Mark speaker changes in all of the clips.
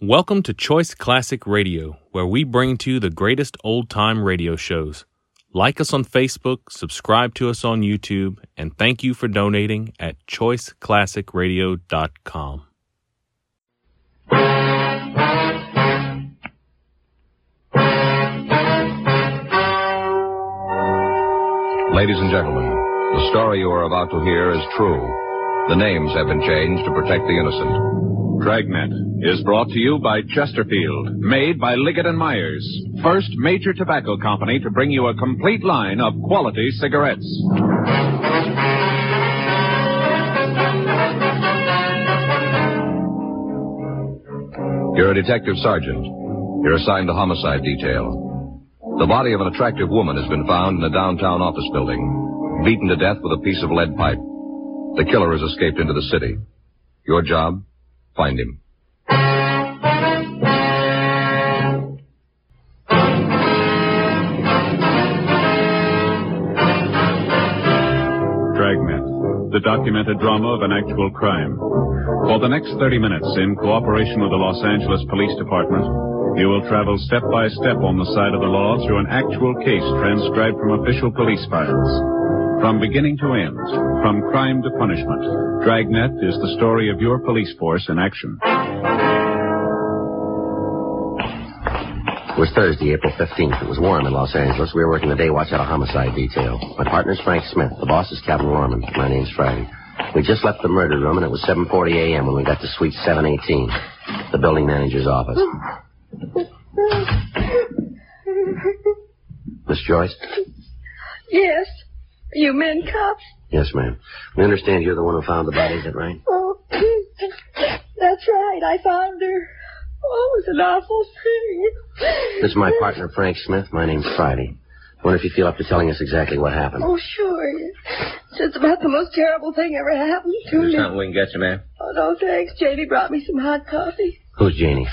Speaker 1: Welcome to Choice Classic Radio, where we bring to you the greatest old time radio shows. Like us on Facebook, subscribe to us on YouTube, and thank you for donating at choiceclassicradio.com.
Speaker 2: Ladies and gentlemen, the story you are about to hear is true. The names have been changed to protect the innocent. Dragnet is brought to you by Chesterfield, made by Liggett and Myers, first major tobacco company to bring you a complete line of quality cigarettes. You're a detective sergeant. You're assigned to homicide detail. The body of an attractive woman has been found in a downtown office building, beaten to death with a piece of lead pipe. The killer has escaped into the city. Your job? Find him.
Speaker 3: Dragnet, the documented drama of an actual crime. For the next 30 minutes, in cooperation with the Los Angeles Police Department, you will travel step by step on the side of the law through an actual case transcribed from official police files. From beginning to end, from crime to punishment, Dragnet is the story of your police force in action.
Speaker 4: It was Thursday, April 15th. It was warm in Los Angeles. We were working the day watch out of homicide detail. My partner's Frank Smith. The boss is Captain Lorman. My name's Friday. We just left the murder room, and it was 7.40 a.m. when we got to suite 718, the building manager's office. Miss Joyce?
Speaker 5: Yes. You men cops?
Speaker 4: Yes, ma'am. We understand you're the one who found the body, is that right?
Speaker 5: Oh, that's right. I found her. Oh, it was an awful thing.
Speaker 4: This is my partner, Frank Smith. My name's Friday. I wonder if you feel up to telling us exactly what happened.
Speaker 5: Oh, sure. It's just about the most terrible thing ever happened to me.
Speaker 4: we can get you, ma'am?
Speaker 5: Oh, no, thanks. Janie brought me some hot coffee.
Speaker 4: Who's Janie?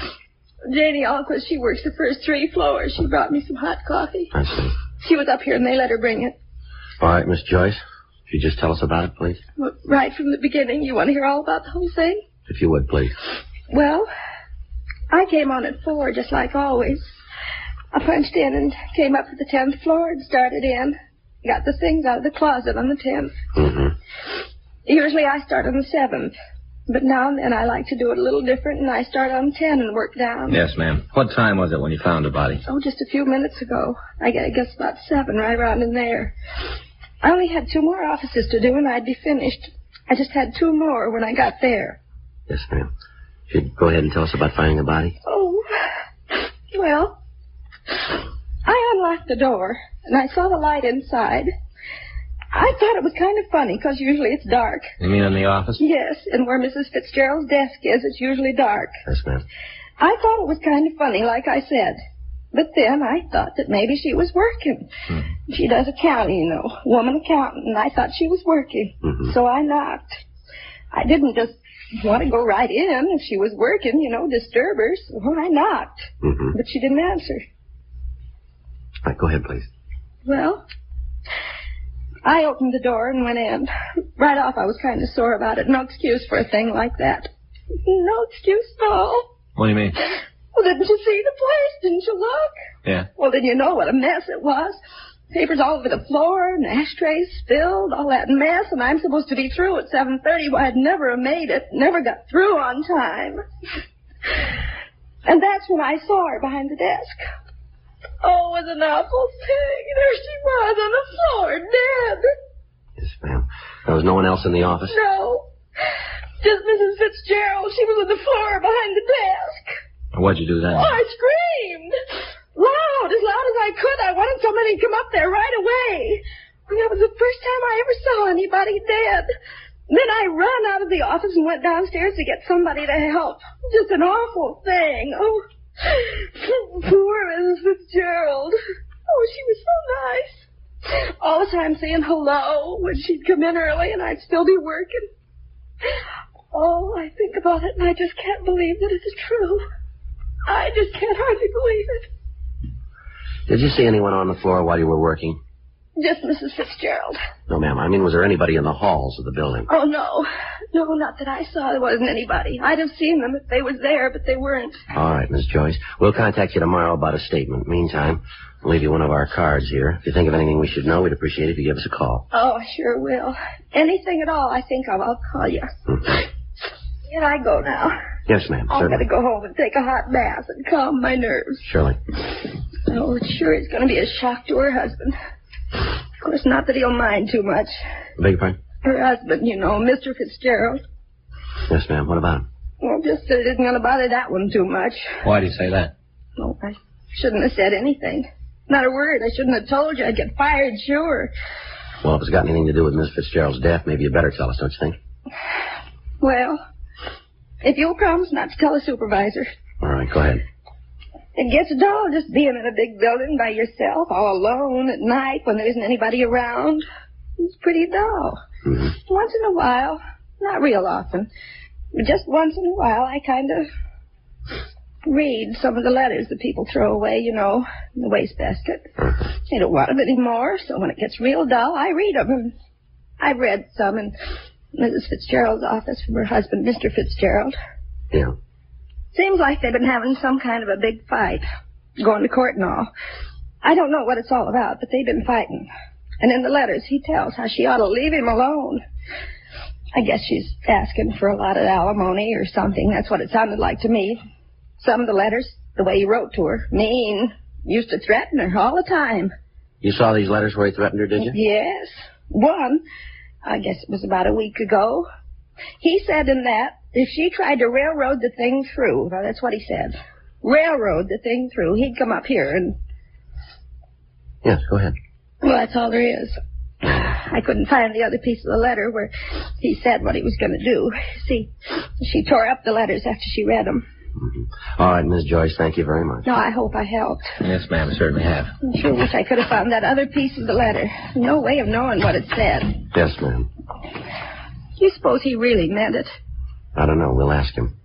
Speaker 5: Janie Alquist, she works the first three floors. She brought me some hot coffee.
Speaker 4: I see.
Speaker 5: She was up here and they let her bring it.
Speaker 4: All right, Miss Joyce. If you just tell us about it, please.
Speaker 5: Well, Right from the beginning, you want to hear all about the whole thing?
Speaker 4: If you would, please.
Speaker 5: Well, I came on at four, just like always. I punched in and came up to the tenth floor and started in. Got the things out of the closet on the tenth.
Speaker 4: Mm-hmm.
Speaker 5: Usually I start on the seventh, but now and then I like to do it a little different, and I start on ten and work down.
Speaker 6: Yes, ma'am. What time was it when you found the body?
Speaker 5: Oh, just a few minutes ago. I gue- guess about seven, right around in there. I only had two more offices to do, and I'd be finished. I just had two more when I got there.
Speaker 4: Yes, ma'am. If you'd go ahead and tell us about finding the body.
Speaker 5: Oh, well, I unlocked the door and I saw the light inside. I thought it was kind of funny because usually it's dark.
Speaker 6: You mean in the office?
Speaker 5: Yes, and where Mrs. Fitzgerald's desk is, it's usually dark.
Speaker 4: Yes, ma'am.
Speaker 5: I thought it was kind of funny, like I said. But then I thought that maybe she was working. She does accounting, you know, woman accountant, and I thought she was working.
Speaker 4: Mhm.
Speaker 5: So I knocked. I didn't just want to go right in if she was working, you know, disturb her. So I knocked,
Speaker 4: Mm-hmm.
Speaker 5: but she didn't answer.
Speaker 4: All right, go ahead, please.
Speaker 5: Well, I opened the door and went in. Right off, I was kind of sore about it. No excuse for a thing like that. No excuse at all.
Speaker 6: What do you mean?
Speaker 5: Well, didn't you see the place? Didn't you look?
Speaker 6: Yeah.
Speaker 5: Well, then you know what a mess it was. Papers all over the floor, and ashtrays spilled, all that mess, and I'm supposed to be through at 7.30. Well, I'd never made it, never got through on time. And that's when I saw her behind the desk. Oh, it was an awful thing. There she was on the floor, dead.
Speaker 4: Yes, ma'am. There was no one else in the office?
Speaker 5: No. Just Mrs. Fitzgerald. She was on the floor behind the desk.
Speaker 6: Why'd you do
Speaker 5: Oh,
Speaker 6: that?
Speaker 5: I screamed. Loud, as loud as I could. I wanted somebody to come up there right away. And that was the first time I ever saw anybody dead. Then I ran out of the office and went downstairs to get somebody to help. Just an awful thing. Oh, poor Mrs. Fitzgerald. Oh, she was so nice. All the time saying hello when she'd come in early and I'd still be working. Oh, I think about it and I just can't believe that it's true. I just can't hardly believe it.
Speaker 4: Did you see anyone on the floor while you were working?
Speaker 5: Just Mrs. Fitzgerald.
Speaker 4: No, ma'am. I mean, was there anybody in the halls of the building?
Speaker 5: Oh, no. No, not that I saw. There wasn't anybody. I'd have seen them if they was there, but they weren't.
Speaker 4: All right, Miss Joyce. We'll contact you tomorrow about a statement. Meantime, I'll leave you one of our cards here. If you think of anything we should know, we'd appreciate it if you give us a call.
Speaker 5: Oh, I sure will. Anything at all I think of, I'll call you. Can I go now?
Speaker 4: Yes, ma'am.
Speaker 5: I'm
Speaker 4: certainly.
Speaker 5: going to go home and take a hot bath and calm my nerves.
Speaker 4: Surely.
Speaker 5: Oh, it sure is going to be a shock to her husband. Of course, not that he'll mind too much.
Speaker 4: Beg your pardon?
Speaker 5: Her husband, you know, Mr. Fitzgerald.
Speaker 4: Yes, ma'am. What about him?
Speaker 5: Well, just that it isn't going to bother that one too much.
Speaker 6: Why do you say that?
Speaker 5: Oh, I shouldn't have said anything. Not a word. I shouldn't have told you. I'd get fired, sure.
Speaker 4: Well, if it's got anything to do with Miss Fitzgerald's death, maybe you better tell us, don't you think?
Speaker 5: Well, if you'll promise not to tell the supervisor.
Speaker 4: All right, go ahead.
Speaker 5: It gets dull just being in a big building by yourself, all alone at night when there isn't anybody around. It's pretty dull.
Speaker 4: hmm
Speaker 5: Once in a while, not real often, but just once in a while, I kind of read some of the letters that people throw away, you know, in the wastebasket. They don't want them anymore, so when it gets real dull, I read them. And I've read some in Mrs. Fitzgerald's office from her husband, Mr. Fitzgerald.
Speaker 4: Yeah.
Speaker 5: Seems like they've been having some kind of a big fight, going to court and all. I don't know what it's all about, but they've been fighting. And in the letters, he tells how she ought to leave him alone. I guess she's asking for a lot of alimony or something. That's what it sounded like to me. Some of the letters, the way he wrote to her, mean, used to threaten her all the time.
Speaker 4: You saw these letters where he threatened her, did you?
Speaker 5: Yes. One, I guess it was about a week ago. He said in that if she tried to railroad the thing through, now that's what he said, railroad the thing through, he'd come up here and,
Speaker 4: Yes, go ahead.
Speaker 5: well, that's all there is. I couldn't find the other piece of the letter where he said what he was going to do. See, she tore up the letters after she read them.
Speaker 4: All right, Miss Joyce, thank you very much.
Speaker 5: No, I hope I helped.
Speaker 6: Yes, ma'am, certainly have.
Speaker 5: I sure wish I could have found that other piece of the letter. No way of knowing what it said.
Speaker 4: Yes, ma'am.
Speaker 5: You suppose he really meant it?
Speaker 4: I don't know. We'll ask him.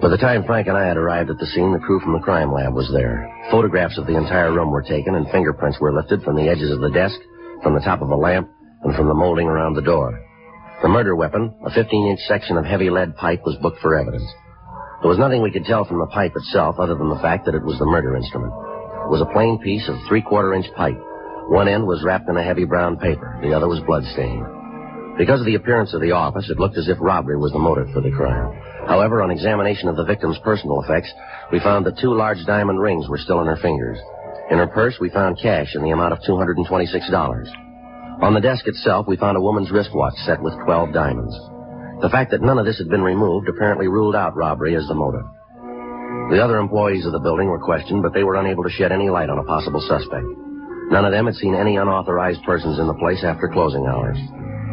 Speaker 4: By the time Frank and I had arrived at the scene, the crew from the crime lab was there. Photographs of the entire room were taken, and fingerprints were lifted from the edges of the desk, from the top of a lamp, and from the molding around the door. The murder weapon, a 15 inch section of heavy lead pipe, was booked for evidence. There was nothing we could tell from the pipe itself other than the fact that it was the murder instrument. It was a plain piece of three quarter inch pipe. One end was wrapped in a heavy brown paper, the other was bloodstained. Because of the appearance of the office, it looked as if robbery was the motive for the crime. However, on examination of the victim's personal effects, we found that two large diamond rings were still in her fingers. In her purse, we found cash in the amount of $226. On the desk itself, we found a woman's wristwatch set with 12 diamonds. The fact that none of this had been removed apparently ruled out robbery as the motive. The other employees of the building were questioned, but they were unable to shed any light on a possible suspect. None of them had seen any unauthorized persons in the place after closing hours.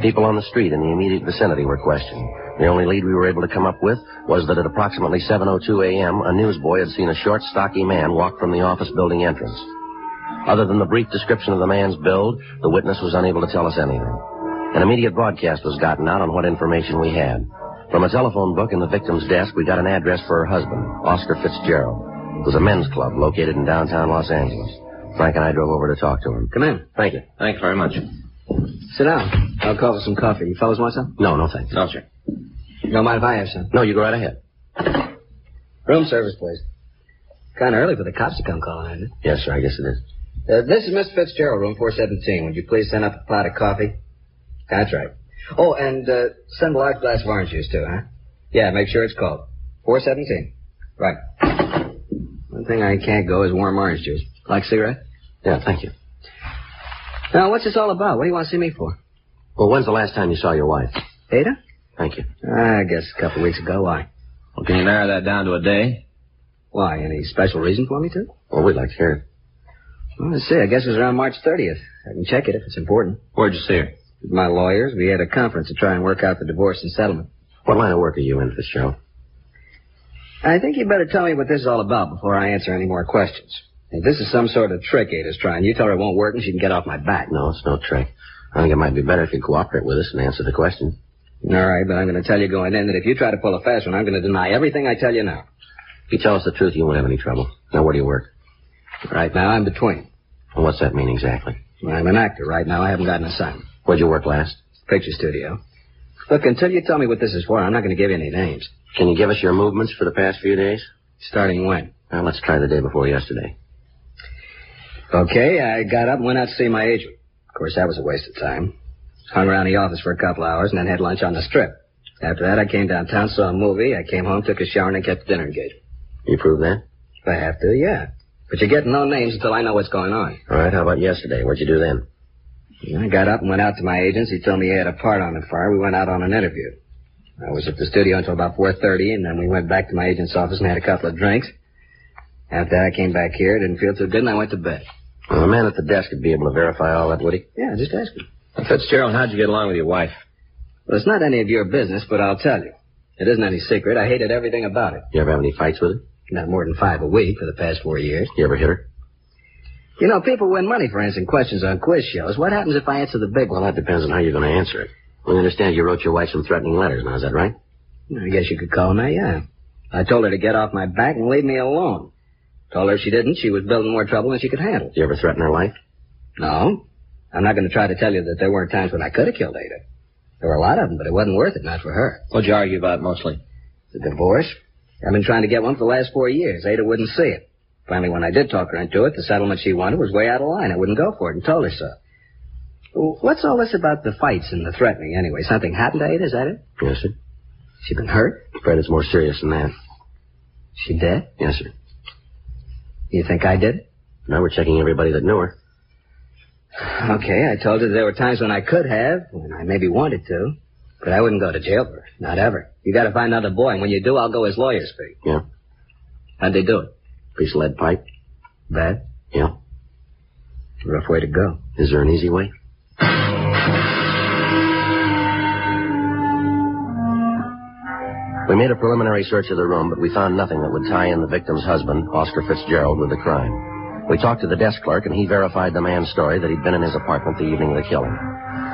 Speaker 4: People on the street in the immediate vicinity were questioned. The only lead we were able to come up with was that at approximately 7.02 a.m., a newsboy had seen a short, stocky man walk from the office building entrance. Other than the brief description of the man's build, the witness was unable to tell us anything. An immediate broadcast was gotten out on what information we had. From a telephone book in the victim's desk, we got an address for her husband, Oscar Fitzgerald. It was a men's club located in downtown Los Angeles. Frank and I drove over to talk to him.
Speaker 6: Come in.
Speaker 4: Thank you.
Speaker 6: Thanks very much.
Speaker 7: Sit down. I'll call for some coffee. You fellas want some?
Speaker 4: No, no thanks.
Speaker 6: No, sir.
Speaker 7: You don't mind if I have some?
Speaker 4: No, you go right ahead.
Speaker 7: Room service, please. Kind of early for the cops to come calling, isn't it?
Speaker 4: Yes, sir, I guess it is.
Speaker 7: Uh, this is Miss Fitzgerald, room 417. Would you please send up a pot of coffee? That's right. Oh, and uh, send a large glass of orange juice, too, huh? Yeah, make sure it's cold. 417. Right. One thing I can't go is warm orange juice. Like cigarette?
Speaker 4: Yeah, thank you.
Speaker 7: Now, what's this all about? What do you want to see me for?
Speaker 4: Well, when's the last time you saw your wife?
Speaker 7: Ada? Ah,
Speaker 4: Thank you.
Speaker 7: I guess a couple of weeks ago. Why?
Speaker 6: Well, can you narrow that down to a day?
Speaker 7: Why? Any special reason for me to?
Speaker 4: Well, we'd like to hear it.
Speaker 7: Well, let's see. I guess it was around March 30th. I can check it if it's important.
Speaker 6: Where'd you see her?
Speaker 7: With my lawyers, we had a conference to try and work out the divorce and settlement.
Speaker 4: What line of work are you in, Fitzgerald?
Speaker 7: I think you better tell me what this is all about before I answer any more questions. If this is some sort of trick Ada's trying, you tell her it won't work and she can get off my back.
Speaker 4: No, it's no trick. I think it might be better if you cooperate with us and answer the question.
Speaker 7: All right, but I'm going to tell you going in that if you try to pull a fast one, I'm going to deny everything I tell you now.
Speaker 4: If you tell us the truth, you won't have any trouble. Now, where do you work?
Speaker 7: Right now, I'm between.
Speaker 4: And what's that mean exactly?
Speaker 7: I'm an actor right now. I haven't got an assignment.
Speaker 4: Where'd you work last?
Speaker 7: Picture studio. Look, until you tell me what this is for, I'm not going to give you any names.
Speaker 4: Can you give us your movements for the past few days?
Speaker 7: Starting when?
Speaker 4: Now, let's try the day before yesterday.
Speaker 7: Okay, I got up and went out to see my agent. Of course, that was a waste of time. Hung around the office for a couple hours and then had lunch on the strip. After that, I came downtown, saw a movie. I came home, took a shower, and I kept the dinner engagement.
Speaker 4: You prove that?
Speaker 7: If I have to, yeah. But you're getting no names until I know what's going on.
Speaker 4: All right, how about yesterday? What'd you do then?
Speaker 7: I got up and went out to my agents. He told me he had a part on the fire. We went out on an interview. I was at the studio until about 4.30, and then we went back to my agent's office and had a couple of drinks. After that, I came back here. Didn't feel too good, and I went to bed.
Speaker 4: Well, the man at the desk would be able to verify all that, would he?
Speaker 7: Yeah, just ask him.
Speaker 6: Fitzgerald, how'd you get along with your wife?
Speaker 7: Well, it's not any of your business, but I'll tell you. It isn't any secret. I hated everything about it.
Speaker 4: You ever have any fights with her?
Speaker 7: Not more than five a week for the past four years.
Speaker 4: You ever hit her?
Speaker 7: You know, people win money for answering questions on quiz shows. What happens if I answer the big
Speaker 4: Well,
Speaker 7: one?
Speaker 4: that depends on how you're going to answer it. We understand you wrote your wife some threatening letters. Now, is that right?
Speaker 7: I guess you could call me, yeah. I told her to get off my back and leave me alone. Told her if she didn't, she was building more trouble than she could handle.
Speaker 4: You ever threaten her life?
Speaker 7: No. I'm not going to try to tell you that there weren't times when I could have killed Ada. There were a lot of them, but it wasn't worth it, not for her.
Speaker 6: What'd you argue about mostly?
Speaker 7: The divorce? I've been trying to get one for the last four years. Ada wouldn't see it. Finally, when I did talk her into it, the settlement she wanted was way out of line. I wouldn't go for it and told her so. Well, What's all this about the fights and the threatening, anyway? Something happened to Ada, is that it?
Speaker 4: Yes, sir.
Speaker 7: She been hurt?
Speaker 4: Fred, it's more serious than that.
Speaker 7: She dead?
Speaker 4: Yes, sir.
Speaker 7: You think I did it?
Speaker 4: Now we're checking everybody that knew her.
Speaker 7: Okay, I told her there were times when I could have, when I maybe wanted to, but I wouldn't go to jail for her. Not ever. You gotta find another boy, and when you do, I'll go as lawyers for you.
Speaker 4: Yeah.
Speaker 7: How'd they do it?
Speaker 4: Piece of lead pipe.
Speaker 7: Bad?
Speaker 4: Yeah.
Speaker 7: Rough way to go.
Speaker 4: Is there an easy way? We made a preliminary search of the room, but we found nothing that would tie in the victim's husband, Oscar Fitzgerald, with the crime. We talked to the desk clerk, and he verified the man's story that he'd been in his apartment the evening of the killing.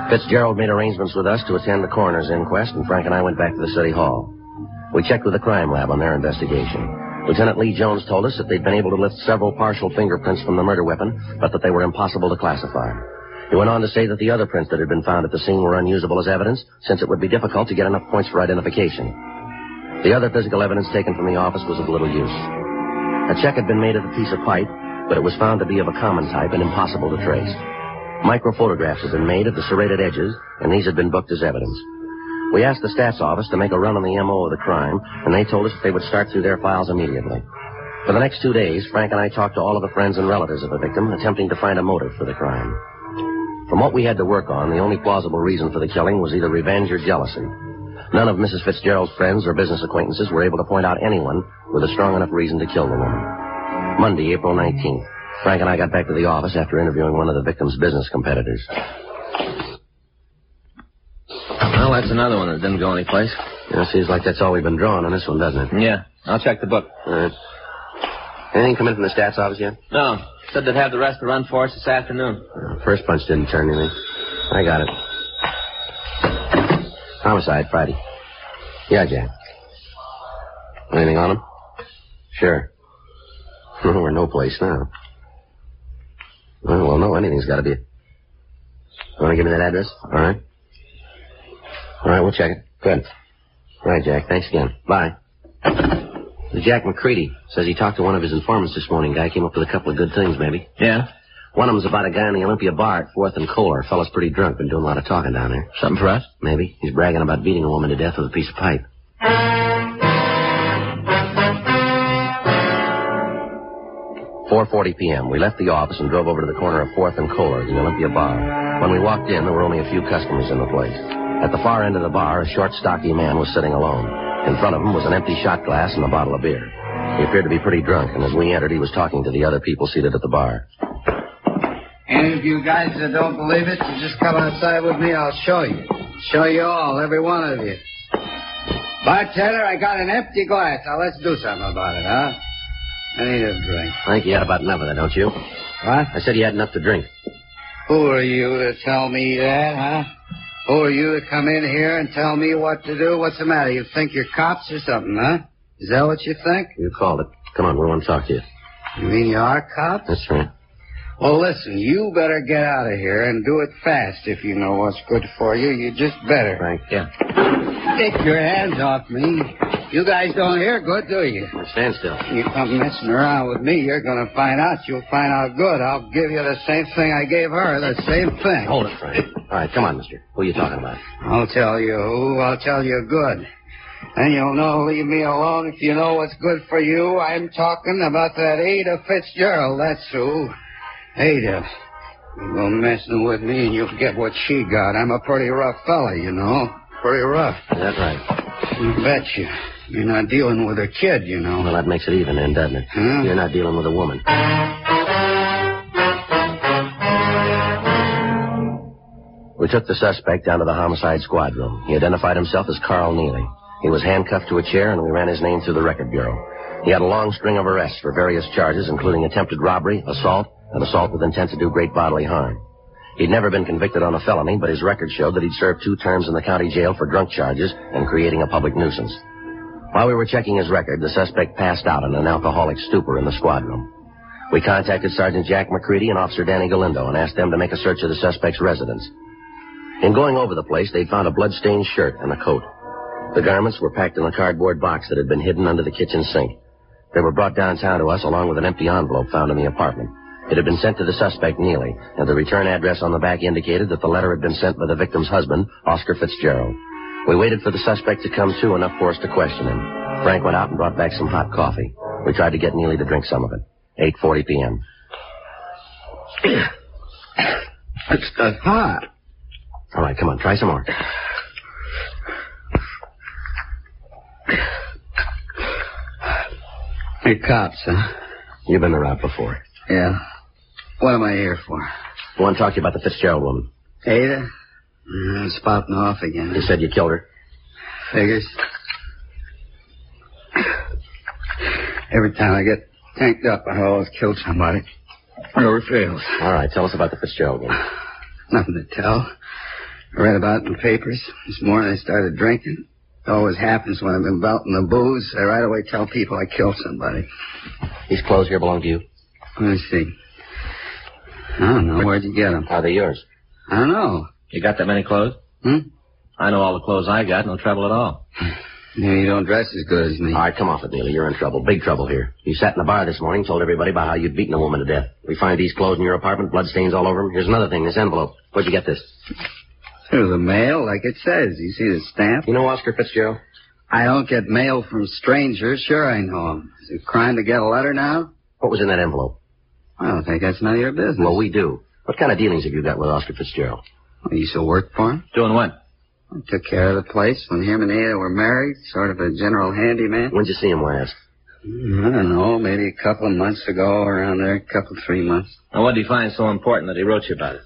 Speaker 4: Fitzgerald made arrangements with us to attend the coroner's inquest, and Frank and I went back to the city hall. We checked with the crime lab on their investigation. Lieutenant Lee Jones told us that they'd been able to lift several partial fingerprints from the murder weapon, but that they were impossible to classify. He went on to say that the other prints that had been found at the scene were unusable as evidence, since it would be difficult to get enough points for identification. The other physical evidence taken from the office was of little use. A check had been made of the piece of pipe, but it was found to be of a common type and impossible to trace. Microphotographs had been made of the serrated edges, and these had been booked as evidence. We asked the stats office to make a run on the MO of the crime, and they told us that they would start through their files immediately. For the next two days, Frank and I talked to all of the friends and relatives of the victim, attempting to find a motive for the crime. From what we had to work on, the only plausible reason for the killing was either revenge or jealousy. None of Mrs. Fitzgerald's friends or business acquaintances were able to point out anyone with a strong enough reason to kill the woman. Monday, April 19th, Frank and I got back to the office after interviewing one of the victim's business competitors.
Speaker 6: Well, that's another one that didn't go anyplace. Mm.
Speaker 4: It seems like that's all we've been drawing on this one, doesn't it?
Speaker 6: Yeah, I'll check the book.
Speaker 4: All right. Anything come in from the stats office yet?
Speaker 6: No, said they'd have the rest to run for us this afternoon.
Speaker 4: Uh, First punch didn't turn anything. I got it. Homicide, Friday. Yeah, Jack. Anything on him? Sure. We're no place now. Well, well, no, anything's got to be. You want to give me that address? All right. All right, we'll check it. Good. All right, Jack. Thanks again. Bye. The Jack McCready says he talked to one of his informants this morning. Guy came up with a couple of good things, maybe.
Speaker 6: Yeah?
Speaker 4: One of them's about a guy in the Olympia bar at 4th and Kohler. Fella's pretty drunk, been doing a lot of talking down there.
Speaker 6: Something for us?
Speaker 4: Maybe. He's bragging about beating a woman to death with a piece of pipe. Four forty PM. We left the office and drove over to the corner of Fourth and Kohler, the Olympia bar. When we walked in, there were only a few customers in the place. At the far end of the bar, a short, stocky man was sitting alone. In front of him was an empty shot glass and a bottle of beer. He appeared to be pretty drunk, and as we entered, he was talking to the other people seated at the bar.
Speaker 7: And if you guys that don't believe it, you just come outside with me. I'll show you. Show you all, every one of you. Bartender, I got an empty glass. Now let's do something about it, huh? I need a drink.
Speaker 4: I think you had about enough of that, don't you?
Speaker 7: What?
Speaker 4: I said he had enough to drink.
Speaker 7: Who are you to tell me that, huh? Who are you to come in here and tell me what to do? What's the matter? You think you're cops or something, huh?
Speaker 8: Is that what you think?
Speaker 4: You called it. Come on, we want to talk to you.
Speaker 8: You mean you are cops?
Speaker 4: That's right.
Speaker 8: Well, listen, you better get out of here and do it fast if you know what's good for you. You just better.
Speaker 4: Frank. Yeah.
Speaker 8: Take your hands off me. You guys don't hear good, do you?
Speaker 4: Stand still.
Speaker 8: You come messing around with me, you're going to find out. You'll find out good. I'll give you the same thing I gave her, the same thing.
Speaker 4: Hold it, Frank. All right, come on, mister. Who are you talking about?
Speaker 8: I'll tell you who. I'll tell you good. And you'll know, leave me alone if you know what's good for you. I'm talking about that Ada Fitzgerald, that's who. Ada. You go messing with me and you'll get what she got. I'm a pretty rough fella, you know. Pretty rough.
Speaker 4: Is that right?
Speaker 8: You betcha. You're not dealing with a kid, you know.
Speaker 4: Well, that makes it even then, doesn't it?
Speaker 8: Huh?
Speaker 4: You're not dealing with a woman. We took the suspect down to the homicide squad room. He identified himself as Carl Neely. He was handcuffed to a chair, and we ran his name through the record bureau. He had a long string of arrests for various charges, including attempted robbery, assault, and assault with intent to do great bodily harm. He'd never been convicted on a felony, but his record showed that he'd served two terms in the county jail for drunk charges and creating a public nuisance. While we were checking his record, the suspect passed out in an alcoholic stupor in the squad room. We contacted Sergeant Jack McCready and Officer Danny Galindo and asked them to make a search of the suspect's residence. In going over the place, they found a bloodstained shirt and a coat. The garments were packed in a cardboard box that had been hidden under the kitchen sink. They were brought downtown to us along with an empty envelope found in the apartment. It had been sent to the suspect, Neely, and the return address on the back indicated that the letter had been sent by the victim's husband, Oscar Fitzgerald. We waited for the suspect to come to enough for us to question him. Frank went out and brought back some hot coffee. We tried to get Neely to drink some of it. 8.40 p.m.
Speaker 8: It's the thought.
Speaker 4: All right, come on, try some more.
Speaker 8: Hey, cops, huh?
Speaker 4: You've been around before.
Speaker 8: Yeah. What am I here for?
Speaker 4: I want to talk to you about the Fitzgerald woman.
Speaker 8: Ada? Mm, it's popping off again.
Speaker 4: You said you killed her.
Speaker 8: Figures. Every time I get tanked up, I always kill somebody. Never fails.
Speaker 4: All right, tell us about the Fitzgerald woman.
Speaker 8: Nothing to tell. I read about it in the papers. This morning I started drinking. It always happens when I'm out in the booze. I right away tell people I killed somebody.
Speaker 4: These clothes here belong to you.
Speaker 8: Let's see. I don't know. Where'd you get them?
Speaker 4: Are they yours?
Speaker 8: I don't know.
Speaker 6: You got that many clothes?
Speaker 8: Hmm?
Speaker 6: I know all the clothes I got, no trouble at all.
Speaker 8: Maybe you don't dress as good as me.
Speaker 4: All right, come off it, Neely. You're in trouble. Big trouble here. You sat in the bar this morning, told everybody about how you'd beaten a woman to death. We find these clothes in your apartment, bloodstains all over them. Here's another thing, this envelope. Where'd you get this?
Speaker 8: Through the mail, like it says. You see the stamp?
Speaker 4: You know Oscar Fitzgerald?
Speaker 8: I don't get mail from strangers. Sure, I know 'em. Is it crime to get a letter now?
Speaker 4: What was in that envelope?
Speaker 8: I don't think that's none of your business.
Speaker 4: Well, we do. What kind of dealings have you got with Oscar Fitzgerald?
Speaker 8: Well, you still work for him?
Speaker 6: Doing what?
Speaker 8: I took care of the place when him and Ada were married. Sort of a general handyman.
Speaker 4: When'd you see him last?
Speaker 8: Mm, I don't know, maybe a couple of months ago, around there, a couple, three months.
Speaker 6: And what did he find so important that he wrote you about it?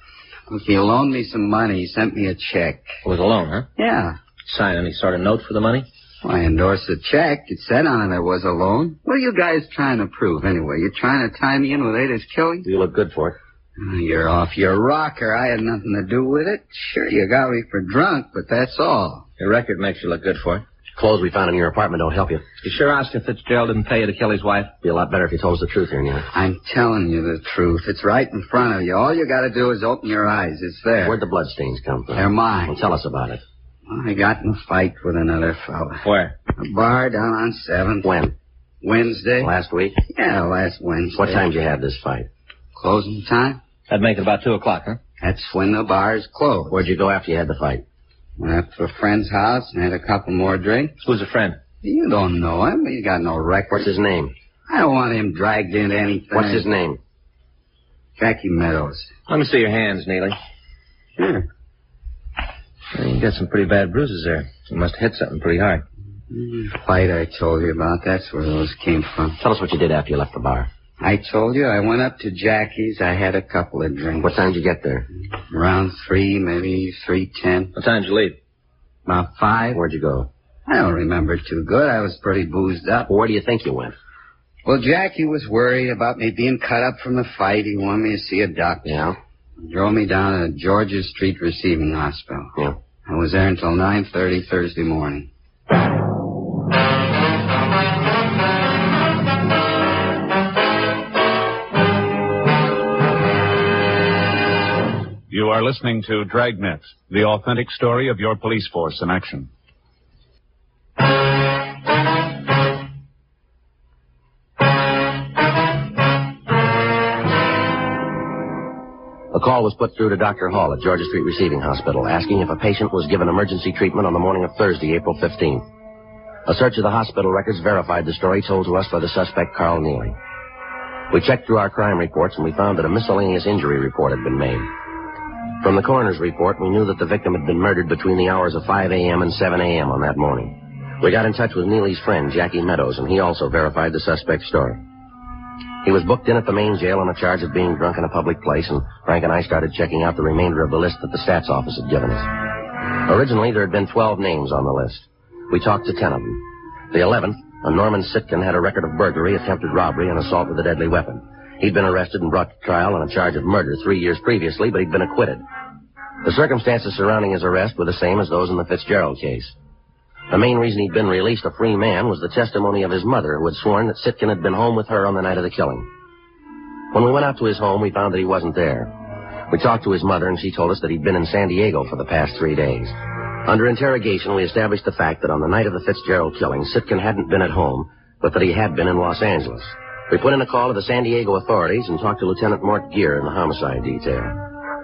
Speaker 8: Look, he loaned me some money. He sent me a check.
Speaker 6: It was a loan, huh?
Speaker 8: Yeah.
Speaker 6: Sign any sort of note for the money?
Speaker 8: Well, I endorsed the check. It said on it I was a loan. What are you guys trying to prove, anyway? You're trying to tie me in with Ada's killing?
Speaker 4: You look good for it.
Speaker 8: Oh, You're off your rocker. I had nothing to do with it. Sure, you got me for drunk, but that's all.
Speaker 6: Your record makes you look good for it.
Speaker 4: Clothes we found in your apartment don't help you.
Speaker 6: You sure Oscar Fitzgerald didn't pay you to kill his wife?
Speaker 4: Be a lot better if you told us the truth here, Neely.
Speaker 8: I'm telling you the truth. It's right in front of you. All you got to do is open your eyes. It's there.
Speaker 4: Where'd the bloodstains come from?
Speaker 8: They're mine.
Speaker 4: Well, tell us about it.
Speaker 8: I got in a fight with another fella.
Speaker 6: Where?
Speaker 8: A bar down on 7th.
Speaker 4: When?
Speaker 8: Wednesday?
Speaker 4: Last week?
Speaker 8: Yeah, last Wednesday.
Speaker 4: What time did you have this fight?
Speaker 8: Closing time?
Speaker 6: That'd make it about two o'clock, huh?
Speaker 8: That's when the bar's closed.
Speaker 4: Where'd you go after you had the fight?
Speaker 8: Went up to a friend's house and had a couple more drinks.
Speaker 6: Who's a friend?
Speaker 8: You don't know him. He's got no record.
Speaker 4: What's his name?
Speaker 8: I don't want him dragged into anything.
Speaker 4: What's his name?
Speaker 8: Jackie Meadows.
Speaker 6: Let me see your hands, Neely.
Speaker 8: Yeah.
Speaker 6: You got some pretty bad bruises there. You must have hit something pretty hard.
Speaker 8: Fight I told you about. That's where those came from.
Speaker 4: Tell us what you did after you left the bar.
Speaker 8: I told you I went up to Jackie's. I had a couple of drinks.
Speaker 4: What time did you get there?
Speaker 8: Around three, maybe three ten.
Speaker 6: What time did you leave?
Speaker 8: About five.
Speaker 4: Where'd you go?
Speaker 8: I don't remember too good. I was pretty boozed up.
Speaker 4: Where do you think you went?
Speaker 8: Well, Jackie was worried about me being cut up from the fight. He wanted me to see a doctor.
Speaker 4: Yeah.
Speaker 8: Drove me down to Georgia Street Receiving Hospital.
Speaker 4: Yeah.
Speaker 8: I was there until 9.30 Thursday morning.
Speaker 3: You are listening to Dragnet, the authentic story of your police force in action.
Speaker 4: A call was put through to Dr. Hall at Georgia Street Receiving Hospital asking if a patient was given emergency treatment on the morning of Thursday, April 15th. A search of the hospital records verified the story told to us by the suspect, Carl Neely. We checked through our crime reports and we found that a miscellaneous injury report had been made. From the coroner's report, we knew that the victim had been murdered between the hours of 5 a.m. and 7 a.m. on that morning. We got in touch with Neely's friend, Jackie Meadows, and he also verified the suspect's story. He was booked in at the main jail on the charge of being drunk in a public place, and Frank and I started checking out the remainder of the list that the stats office had given us. Originally, there had been 12 names on the list. We talked to 10 of them. The 11th, a Norman Sitkin, had a record of burglary, attempted robbery, and assault with a deadly weapon. He'd been arrested and brought to trial on a charge of murder three years previously, but he'd been acquitted. The circumstances surrounding his arrest were the same as those in the Fitzgerald case. The main reason he'd been released a free man was the testimony of his mother, who had sworn that Sitkin had been home with her on the night of the killing. When we went out to his home, we found that he wasn't there. We talked to his mother, and she told us that he'd been in San Diego for the past three days. Under interrogation, we established the fact that on the night of the Fitzgerald killing, Sitkin hadn't been at home, but that he had been in Los Angeles. We put in a call to the San Diego authorities and talked to Lieutenant Mort Gear in the homicide detail.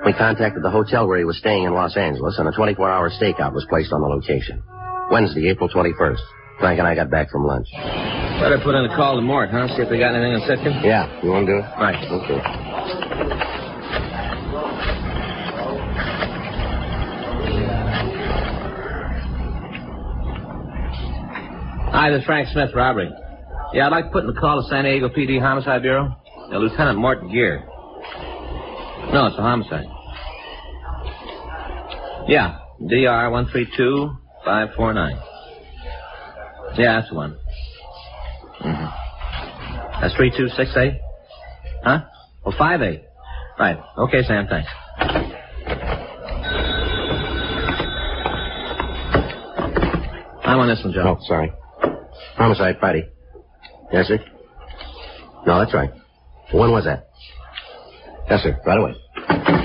Speaker 4: We contacted the hotel where he was staying in Los Angeles, and a 24-hour stakeout was placed on the location. Wednesday, April 21st. Frank and I got back from lunch.
Speaker 6: Better put in a call to Mort, huh? See if they got anything on Sitkin?
Speaker 4: Yeah, you want to do it?
Speaker 6: Right.
Speaker 4: Okay.
Speaker 6: Hi, this is Frank Smith, robbery. Yeah, I'd like to put in a call to San Diego PD Homicide Bureau. Yeah, Lieutenant Morton Gear. No, it's a homicide. Yeah, DR one three two five four nine. Yeah, that's the one. Mm-hmm. That's three two six eight. Huh? Well, five eight. Right. Okay, Sam. Thanks. I'm on this one, Joe.
Speaker 4: Oh, sorry. Homicide Friday. Yes, sir? No, that's right. When was that? Yes, sir. Right away.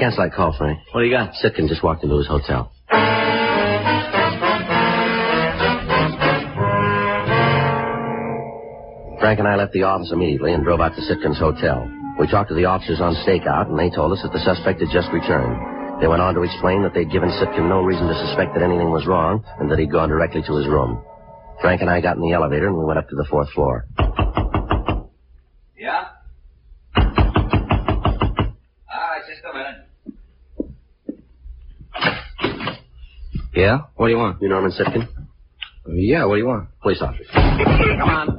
Speaker 4: Cancel that call, Frank.
Speaker 6: What do you got?
Speaker 4: Sitkin just walked into his hotel. Frank and I left the office immediately and drove out to Sitkin's hotel. We talked to the officers on stakeout, and they told us that the suspect had just returned. They went on to explain that they'd given Sitkin no reason to suspect that anything was wrong and that he'd gone directly to his room. Frank and I got in the elevator and we went up to the fourth floor.
Speaker 7: Yeah? All right, just a minute.
Speaker 6: Yeah? What do you want?
Speaker 4: You Norman Sitkin?
Speaker 6: Yeah, what do you want?
Speaker 4: Police officer.
Speaker 6: Come on.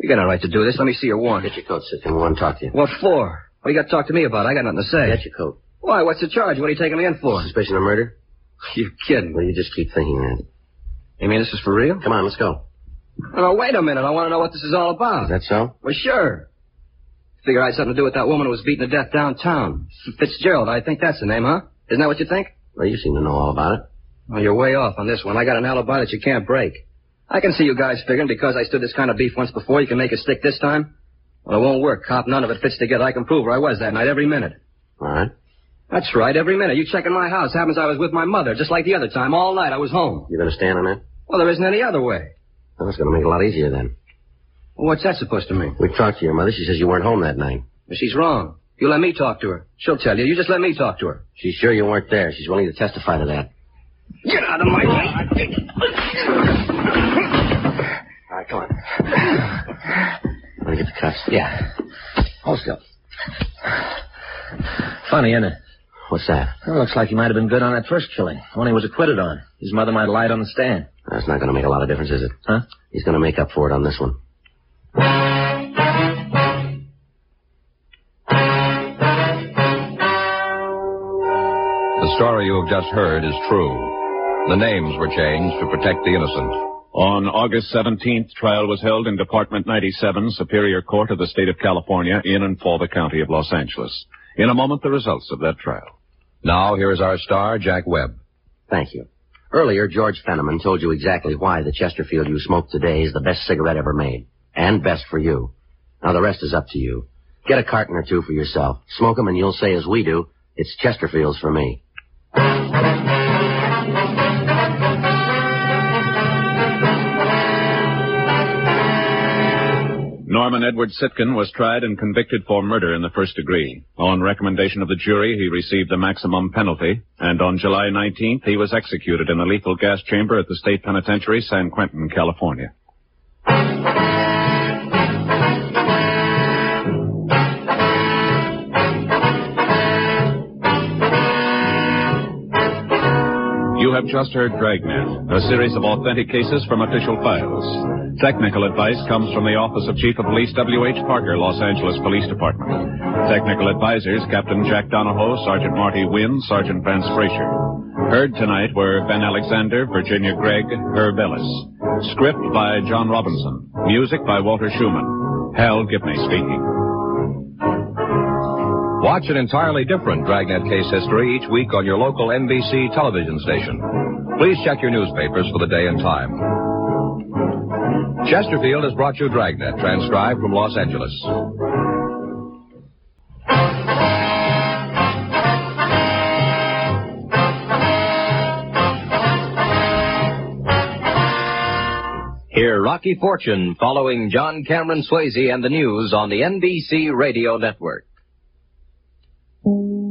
Speaker 6: You got no right to do this. Let me see your warrant.
Speaker 4: Get your coat, Sitkin. We want to talk to you.
Speaker 6: What for? What do you got to talk to me about? I got nothing to say.
Speaker 4: Get your coat.
Speaker 6: Why? What's the charge? What are you taking me in for?
Speaker 4: Suspicion of murder?
Speaker 6: You're kidding.
Speaker 4: Well, you just keep thinking that.
Speaker 6: You mean this is for real?
Speaker 4: Come on, let's go.
Speaker 6: No, no, wait a minute. I want to know what this is all
Speaker 4: Is
Speaker 6: about.
Speaker 4: that so?
Speaker 6: Well, sure. Figure I had something to do with that woman who was beaten to death downtown. Fitzgerald, I think that's the name, huh? Isn't that what you think?
Speaker 4: Well, you seem to know all about it.
Speaker 6: Well, Oh, you're way off on this one. I got an alibi that you can't break. I can see you guys figuring because I stood this kind of beef once before, you can make it stick this time. Well, it won't work, cop. None of it fits together. I can prove where I was that night every minute.
Speaker 4: All right.
Speaker 6: That's right, every minute. You check in my house. Happens I was with my mother, just like the other time. All night I was home.
Speaker 4: You gonna stand on that?
Speaker 6: Well, there isn't any other way.
Speaker 4: Well, that's gonna make it a lot easier then.
Speaker 6: Well, what's that supposed to mean?
Speaker 4: We talked to your mother. She says you weren't home that night.
Speaker 6: She's wrong. You let me talk to her. She'll tell you. You just let me talk to her.
Speaker 4: She's sure you weren't there. She's willing to testify to that.
Speaker 6: Get out of my way.
Speaker 4: All right, come on. Wanna get the cuffs?
Speaker 6: Yeah.
Speaker 4: Hold still.
Speaker 6: Funny, isn't it?
Speaker 4: What's that?
Speaker 6: Well, looks like he might have been good on that first killing, the one he was acquitted on. His mother might have lied on the stand.
Speaker 4: That's not gonna make a lot of difference, is it?
Speaker 6: Huh?
Speaker 4: He's gonna make up for it on this one.
Speaker 2: The story you have just heard is true. The names were changed to protect the innocent.
Speaker 3: On August 17th, trial was held in Department 97, Superior Court of the State of California, in and for the County of Los Angeles. In a moment, the results of that trial.
Speaker 2: Now, here is our star, Jack Webb.
Speaker 4: Thank you. Earlier, George Fenneman told you exactly why the Chesterfield you smoke today is the best cigarette ever made, and best for you. Now, the rest is up to you. Get a carton or two for yourself, smoke 'em, and you'll say, as we do, It's Chesterfield's for me.
Speaker 3: Norman Edward Sitkin was tried and convicted for murder in the first degree. On recommendation of the jury, he received the maximum penalty, and on July 19th, he was executed in the lethal gas chamber at the State Penitentiary, San Quentin, California. You have just heard Dragnet, a series of authentic cases from official files. Technical advice comes from the Office of Chief of Police W.H. Parker, Los Angeles Police Department. Technical advisors Captain Jack Donahoe, Sergeant Marty Wynn, Sergeant Vance Frazier. Heard tonight were Ben Alexander, Virginia Gregg, Herb Ellis. Script by John Robinson. Music by Walter Schumann. Hal Gibney speaking.
Speaker 2: Watch an entirely different Dragnet case history each week on your local NBC television station. Please check your newspapers for the day and time. Chesterfield has brought you Dragnet, transcribed from Los Angeles.
Speaker 9: Hear Rocky Fortune following John Cameron Swayze and the news on the NBC Radio Network.
Speaker 10: Thank you.